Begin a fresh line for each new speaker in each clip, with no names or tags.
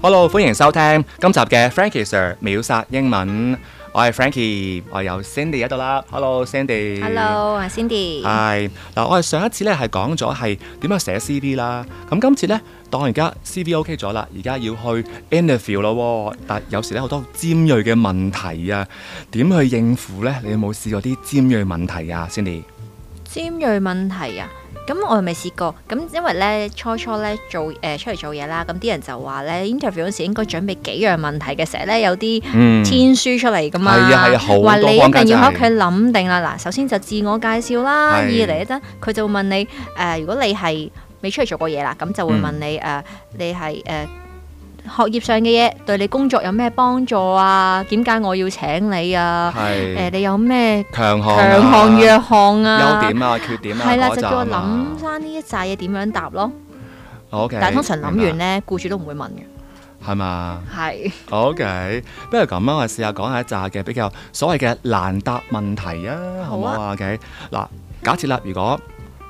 Hello，歡迎收聽今集嘅 Frankie Sir 秒殺英文。我係 Frankie，我有 Cindy 喺度啦。Hello，Cindy。
Hello，我係 Cindy。
係嗱，我哋上一次咧係講咗係點樣寫 CV 啦。咁今次咧，當而家 CV OK 咗啦，而家要去 interview 咯喎。但有時咧好多尖鋭嘅問題啊，點去應付咧？你有冇試過啲尖鋭問題啊，Cindy？
尖鋭問題啊，咁我又未試過。咁因為咧初初咧做誒、呃出嚟做嘢啦，咁啲人就話咧 interview 嗰時應該準備幾樣問題嘅，成日咧有啲
嗯
天書出嚟噶嘛，
係啊係啊好多
話你一
坊間
定
就
要
係
喺屋企諗定啦。嗱，首先就自我介紹啦，
係
二嚟咧佢就會問你誒、呃如果你係未出嚟做過嘢啦，咁就會
嗯
問你誒、呃你係誒。呃學業上嘅嘢對你工作有咩幫助啊？點解我要請你啊？誒、
係
你有咩
強項啊、
強項弱項啊？
優點啊、缺點啊，
係啦，
嗰陣
就叫我
啊
諗翻呢一扎嘢點樣答咯。
OK，
但係通常諗完
明白
咧，僱主都唔會問嘅。
係嘛
係，
？OK，不如咁啦，我哋試下講下一扎嘅比較所謂嘅難答問題啊，好
好
唔好
啊
啊？OK，嗱，假設啦，如果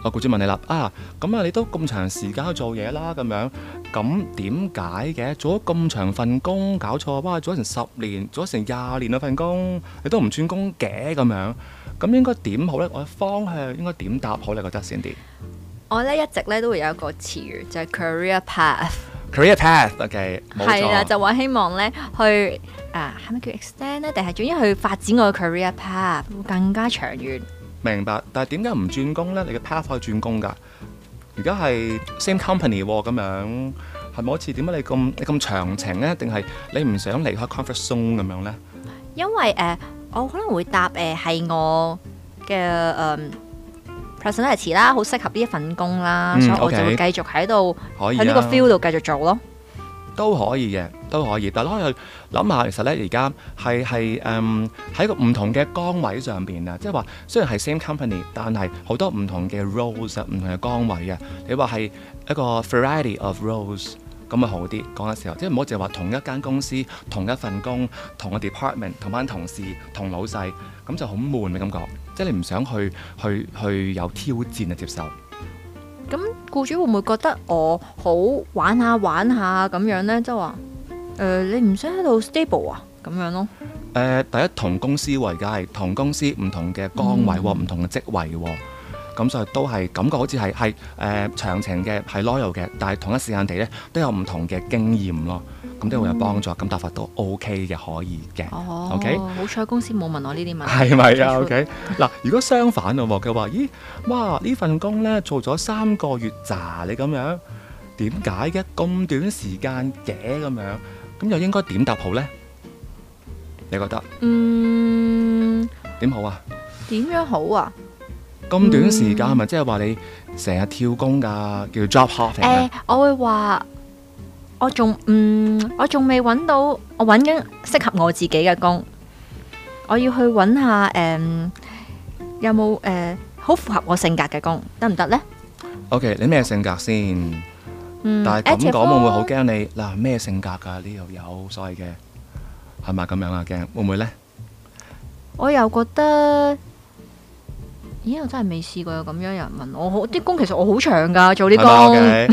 我僱主問你啦，啊，咁啊，你都咁長時間去做嘢啦，咁樣，咁點解嘅？做咗咁長份工，搞錯啊哇！做咗成十年，做咗成廿年嗰份工，你都唔轉工嘅咁樣，咁應該點好呢？我嘅方向應該點答好？你覺得先啲
我咧一直咧都會有一個詞語就係 career path，
career path，OK，冇
係
錯。
啦，就話希望咧去啊係咪叫 extend 咧？定係總之去發展我嘅 career path 會更加長遠。
明白，但係點解唔轉工呢？你嘅 path 可以轉工㗎。而家係 same company 喎，咁樣係咪好似點解你咁你咁長情呢？定係你唔想離開 comfort zone 咁樣呢？
因為誒、呃我可能會答誒係、我嘅誒、嗯 personality 啦，好適合呢一份工啦，
嗯
所以我就會
OK
繼續喺度
可以
喺呢個
啊，
field 度繼續做咯。
都可以嘅，都可以。但係我諗下，其實呢，而家係係誒喺個唔同嘅崗位上邊啊，即係話雖然係 same company，但係好多唔同嘅 roles 啊唔同嘅崗位啊。你話係一個 variety of roles。咁咪好啲講嘅時候，即係唔好淨係話同一間公司、同一份工、同個 department、同班同事、同老細，咁就好悶嘅感覺。即係你唔想去去去有挑戰啊，接受。
咁僱主會唔會覺得我好玩下玩下咁樣呢？即係話誒，你唔想喺度 stable 啊？咁樣咯，
誒、第一同公司喎，而家係同公司唔同嘅崗位喎，唔、同嘅職位喎，咁所以都係感覺好似係係誒長情嘅，係 loyal 嘅，但係同一時間地咧都有唔同嘅經驗咯，咁都會有幫助，咁答法都 OK 嘅，可以嘅。
哦
OK
好彩公司冇問我呢啲問題，
係咪啊
冇錯
？OK，嗱，如果相反咯喎，佢話：咦，哇，呢份工呢，做咗三個月咋你咁樣，點解嘅咁短時間嘅咁樣？咁又應該點答好呢？你覺得
嗯，
點好啊？
點樣好啊？
咁短時間係咪即係話你成日跳工㗎，叫 job
誒、
hopping 啊？
我會話我仲嗯，我仲未揾到，我揾緊適合我自己嘅工，我要去揾下誒、有冇誒好符合我性格嘅工得唔得呢？
OK，你咩性格先？
嗯，
但係咁
active
講會唔會好
咯
驚你嗱咩性格㗎？呢度有所謂嘅係咪咁樣啊？驚會唔會呢？
我又覺得，咦！我真係未試過有咁樣有人問我，我啲工其實我好長㗎，做啲
嗯係嘛
工
？OK，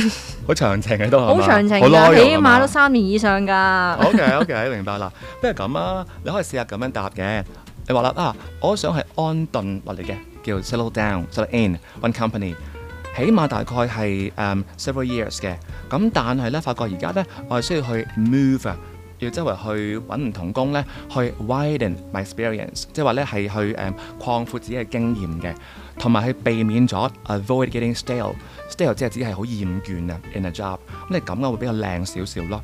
好長情嘅都係嘛
好長情
好 loyal
㗎，起
係嘛哦
碼都三年以上㗎。
OK OK，明白啦。不如咁啊，你可以試下咁樣答嘅。你話啦啊，我想係安頓落嚟嘅，叫 settle down、settle in one company，起碼大概係誒、嗯 several years 嘅。咁但係咧，發覺而家咧，我係需要去 move 啊。要周圍去揾唔同工咧，去 widen my experience，即係話咧係去誒、嗯擴闊自己嘅經驗嘅，同埋去避免咗 avoid getting stale。stale 即係只係好厭倦啊，in a job。咁你咁啊嘅會比較靚少少咯，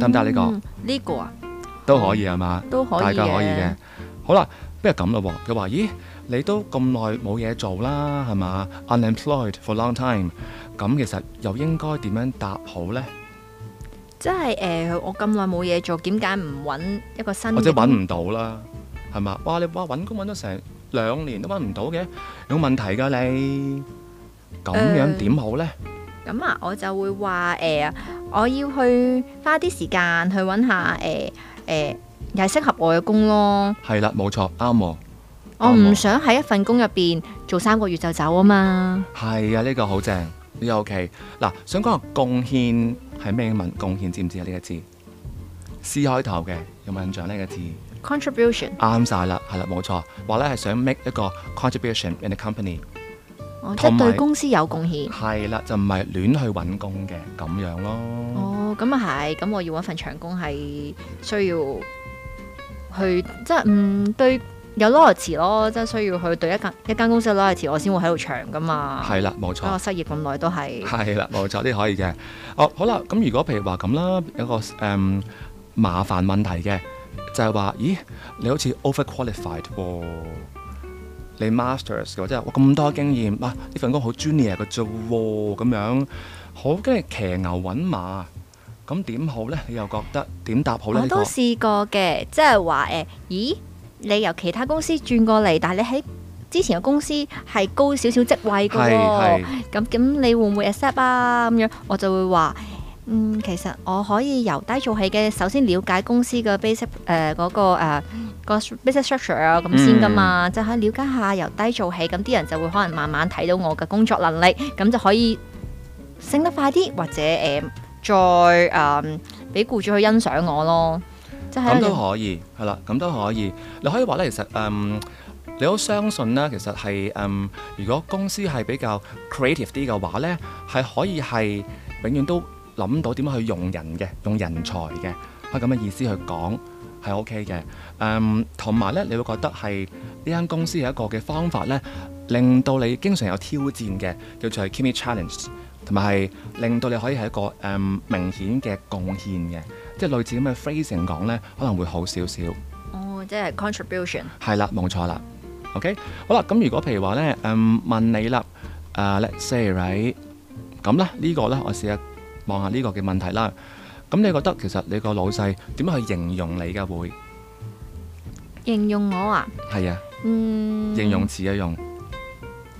得唔得啊呢個
嗯呢個啊，
都可以係嘛？
都可以
大
嘅。
家可以嘅。好啦，不如咁咯喎，佢話：咦，你都咁耐冇嘢做啦，係嘛？Unemployed for long time，咁其實又應該點樣答好呢？
即係誒，我咁耐冇嘢做，點解唔揾一個新嘅？
或者揾唔到啦，係嘛？哇，你哇揾工揾咗成兩年都揾唔到嘅，有問題㗎你。咁樣
誒
點好呢？
咁啊，我就會話誒、呃我要去花啲時間去揾下誒誒，又係適合我嘅工咯。
係啦，冇錯，啱喎。
我
啱喎
唔想喺一份工入邊做三個月就走啊嘛。
係啊，呢、個好正，呢、個 OK。嗱，想講下貢獻係咩文？貢獻知唔知啊？呢個字，C 開頭嘅有冇印象呢個字？
contribution，
啱晒啦，係啦，冇錯。話咧係想 make 一個 contribution in the company，
哦，即
同
係
埋
對公司有貢獻。
係啦，就唔係亂去揾工嘅咁樣咯。
哦，咁啊係，咁我要揾份長工係需要去，即係嗯對有 loyalty 咯，即係需要去對一間一間公司有 loyalty，我先會喺度長噶嘛。
係啦，冇
咁我
錯，
失業咁耐都哦係
係啦，冇錯，呢啲可以嘅。哦，好啦，咁如果譬如話咁啦，有個誒、嗯麻煩問題嘅，就係、話，咦，你好似 overqualified 喎、你 masters 嘅，即係哇咁多經驗，哇、呢份工好 junior 嘅啫喎，咁樣好跟住騎牛揾馬，咁點好呢？你又覺得點答 好呢？
我
呢個
都試過嘅，即係話誒，咦，你由其他公司轉過嚟，但係你喺之前嘅公司係高少少職位嘅
係係
喎，咁咁你會唔會 accept 啊？咁樣我就會話。嗯，其實我可以由低做起嘅，首先了解公司嘅 basic 誒、嗰、個誒、個 basic structure 啊，咁先噶嘛，
嗯
就係了解下由低做起，咁啲人就會可能慢慢睇到我嘅工作能力，咁就可以升得快啲，或者誒、再誒俾、僱主去欣賞我咯，即係
咁
一
都
種
可以，係啦，咁都可以。你可以話咧，其實嗯，你好相信啦，其實係嗯，如果公司係比較 creative 啲嘅話咧，係可以係永遠都諗到點樣去用人嘅，用人才嘅，係咁嘅意思去講係 OK 嘅。嗯，同埋咧，你會覺得係呢間公司有一個嘅方法咧，令到你經常有挑戰嘅，叫做係 k i m i Challenge，同埋係令到你可以係一個嗯明顯嘅貢獻嘅。即係類似咁嘅 phrasing 講呢，可能會好少少。
哦，即係 contribution。
係啦，冇錯啦。OK，好啦，咁如果譬如話呢，嗯，問你啦，誒、l e t s say right，咁啦，呢個呢，我試下望下呢個嘅問題啦。咁你覺得其實你個老細點樣去形容你嘅會
形容我啊，
係啊？
嗯，
形容詞啊用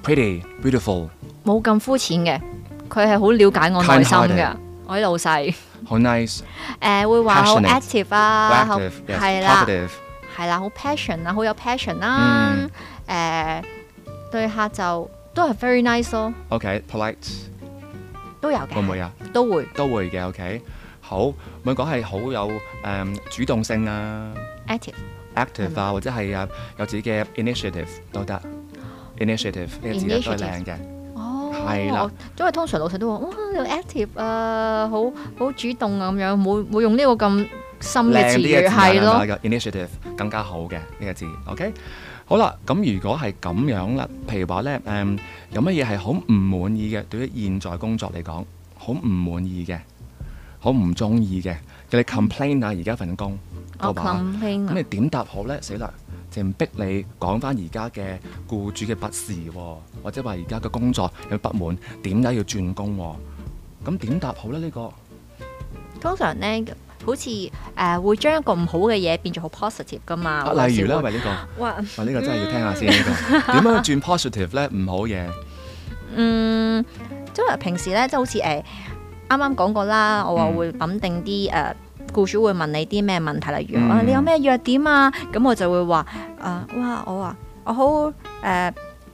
pretty、beautiful、
冇咁膚淺嘅，佢係好了解我內心
Kind-hearted
嘅，我啲老細。
好 nice、
誒會話好
Passionate
active 啊，好
active、
係
yes、
啦，
positive。
係啦，好 passion 啊，好有 passion 啦
嗯，
誒對客就都係 very nice 咯，
OK，polite
都有
會唔會
嘅，
啊？
都會
都會嘅。OK，好，咪講係好有誒、主動性啊。
active
active 啊，或者係啊有自己嘅 initiative 都得。initiative 呢個字咧都係
Initiative
靚嘅，
哦，
係啦，
因為通常老細都話哇你好 active 啊，好好主動啊咁樣，冇冇用呢個咁深嘅
靚啲嘅
詞語
字眼
係
啦
咯，
個 initiative 更加好嘅呢個字。OK，好啦，咁如果係咁樣啦，譬如話咧誒，有乜嘢係好唔滿意嘅？對於現在工作嚟講，好唔滿意嘅，好唔中意嘅，叫你 complain 啊，而家份工
我
嘅話，
complain
咁
啊
你點答好呢？死啦！淨逼你講翻而家嘅僱主嘅不是喎，或者話而家嘅工作有不滿，點解要轉工喎？咁點答好呢？呢、個
通常咧好似誒會將一個唔好嘅嘢變做好 positive 噶嘛，
啊例如呢，
有時會，
喂呢、 個，
哇
喂呢、個真係要聽下先。呢、 個點樣轉 positive 呢？唔好嘢，
嗯，因為平時咧，即係好似誒啱啱講過啦，我話
嗯
會諗定啲誒、呃、僱主會問你啲咩問題，例如、
嗯
啊你有咩弱點啊，咁我就會話啊、哇，我話我好誒、呃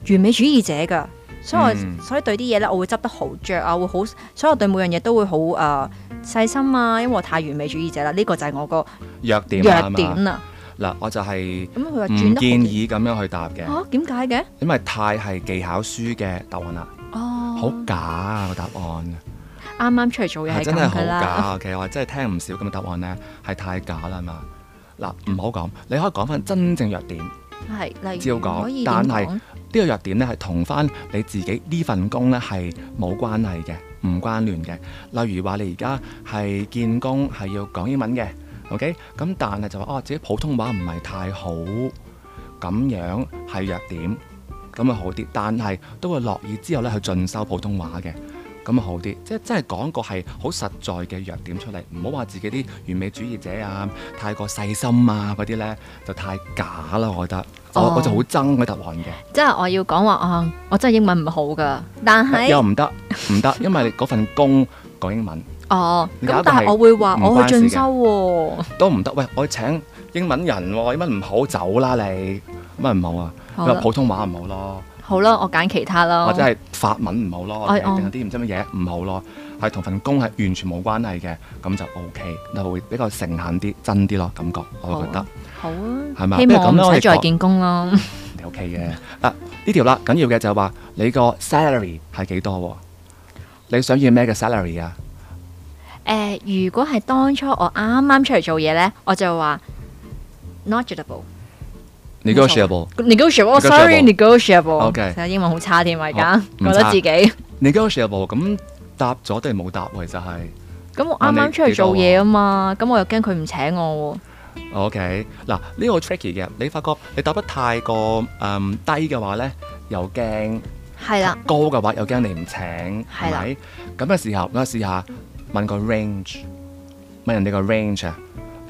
完美主義者㗎，所以我、
嗯
所以對啲嘢咧，我會執得好着啊，會好，所以我對每樣嘢都會好誒、呃、細心啊，因為我太完美主義者啦，呢、個就係我個
弱點啊
弱
嘛
點啦。
嗱，我就係
咁佢話
唔
轉得好
建
啲
議咁樣去答嘅，
嚇哦點解嘅？
因為太係技巧書嘅答案啦，
哦，
好假啊個答案。
啱啱出嚟做嘢
係
係
啊真係
咁
好
㗎啦，
假，其實我真係聽唔少咁嘅答案呢，係太假啦嘛。嗱，唔好講，你可以講翻真正弱點。呢、
係例
照
如
講
可以點
但係
講？
個弱點呢，係同翻你自己呢份工呢係冇關係嘅，唔關聯嘅。例如話你而家係見工係要講英文嘅，OK，咁但係就話哦自己普通話唔係太好，咁樣係弱點，咁啊好啲。但係都會樂意之後呢去進修普通話嘅。咁好啲，即係真係講個係好實在嘅弱點出嚟，唔好話自己啲完美主義者啊，太過細心啊嗰啲呢，就太假啦，我覺得。我、
哦
我就好憎嗰答案嘅，
即係我要講話啊，我真係英文唔好噶，但
又
係
唔得唔得，因為你嗰份工講英文
哦，
有一個
咁但係
係
我會話
唔
我
關
去
事
進
嘅
修喎，
都唔得。喂，我請英文人喎、英文唔好走啦你，咁咪唔好啊，
好
因為
啦，哦
普通話唔好咯，
好啦，我揀其他啦。
或者係法文唔好咯，
哎
定係啲唔知乜嘢唔好咯，係同份工係完全冇關係嘅，咁就 O K，就會比較誠懇啲、真啲咯，感覺我
好
會
啊
覺得
好
係嘛不
啊，希
如咁
望
啦
唔
我哋
使再
講
見工啦。
你 O K 嘅。啊，呢條啦，緊要嘅就係話你個 salary 係幾多喎？你想要咩嘅 salary 啊？
誒、如果係當初我啱啱出嚟做嘢咧，我就話 negotiable。
n e g o t i a b l e Negotiable
negotiable，sorry negotiable。
OK
其實英文好差添啊，而家
唔
覺得
差
自己咁
n e g o t i a b l e 咁答咗定冇答喎？其實係。
我
啊
啱
你
啱出嚟
幾多
做
啊
嘢啊嘛，咁我又驚佢唔請我喎。
哦 OK，嗱呢、個 tricky 嘅，你發覺你答得太過誒、嗯低嘅話呢，又驚；
係啦，
高嘅話又驚你唔請，係
係啦
咪？咁嘅時候，我試下問個 range，問人哋個 range 啊，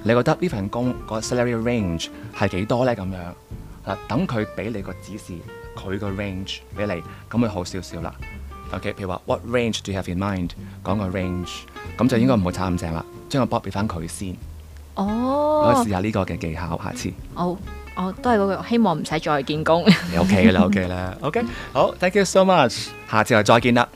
你覺得呢份工個 salary range 係幾多呢？咁樣嗱，等佢俾你個指示，佢個 range 俾你，咁會好少少啦。OK，譬如話 What range do you have in mind？講個 range，咁就應該唔會差咁正啦，將個 box 俾翻佢先。我
哦
試，下呢個嘅技巧，下次。
我我都係嗰句，希望唔使再見工。
你 OK 嘅啦，OK 啦，OK，好，thank you so much，下次又再見啦，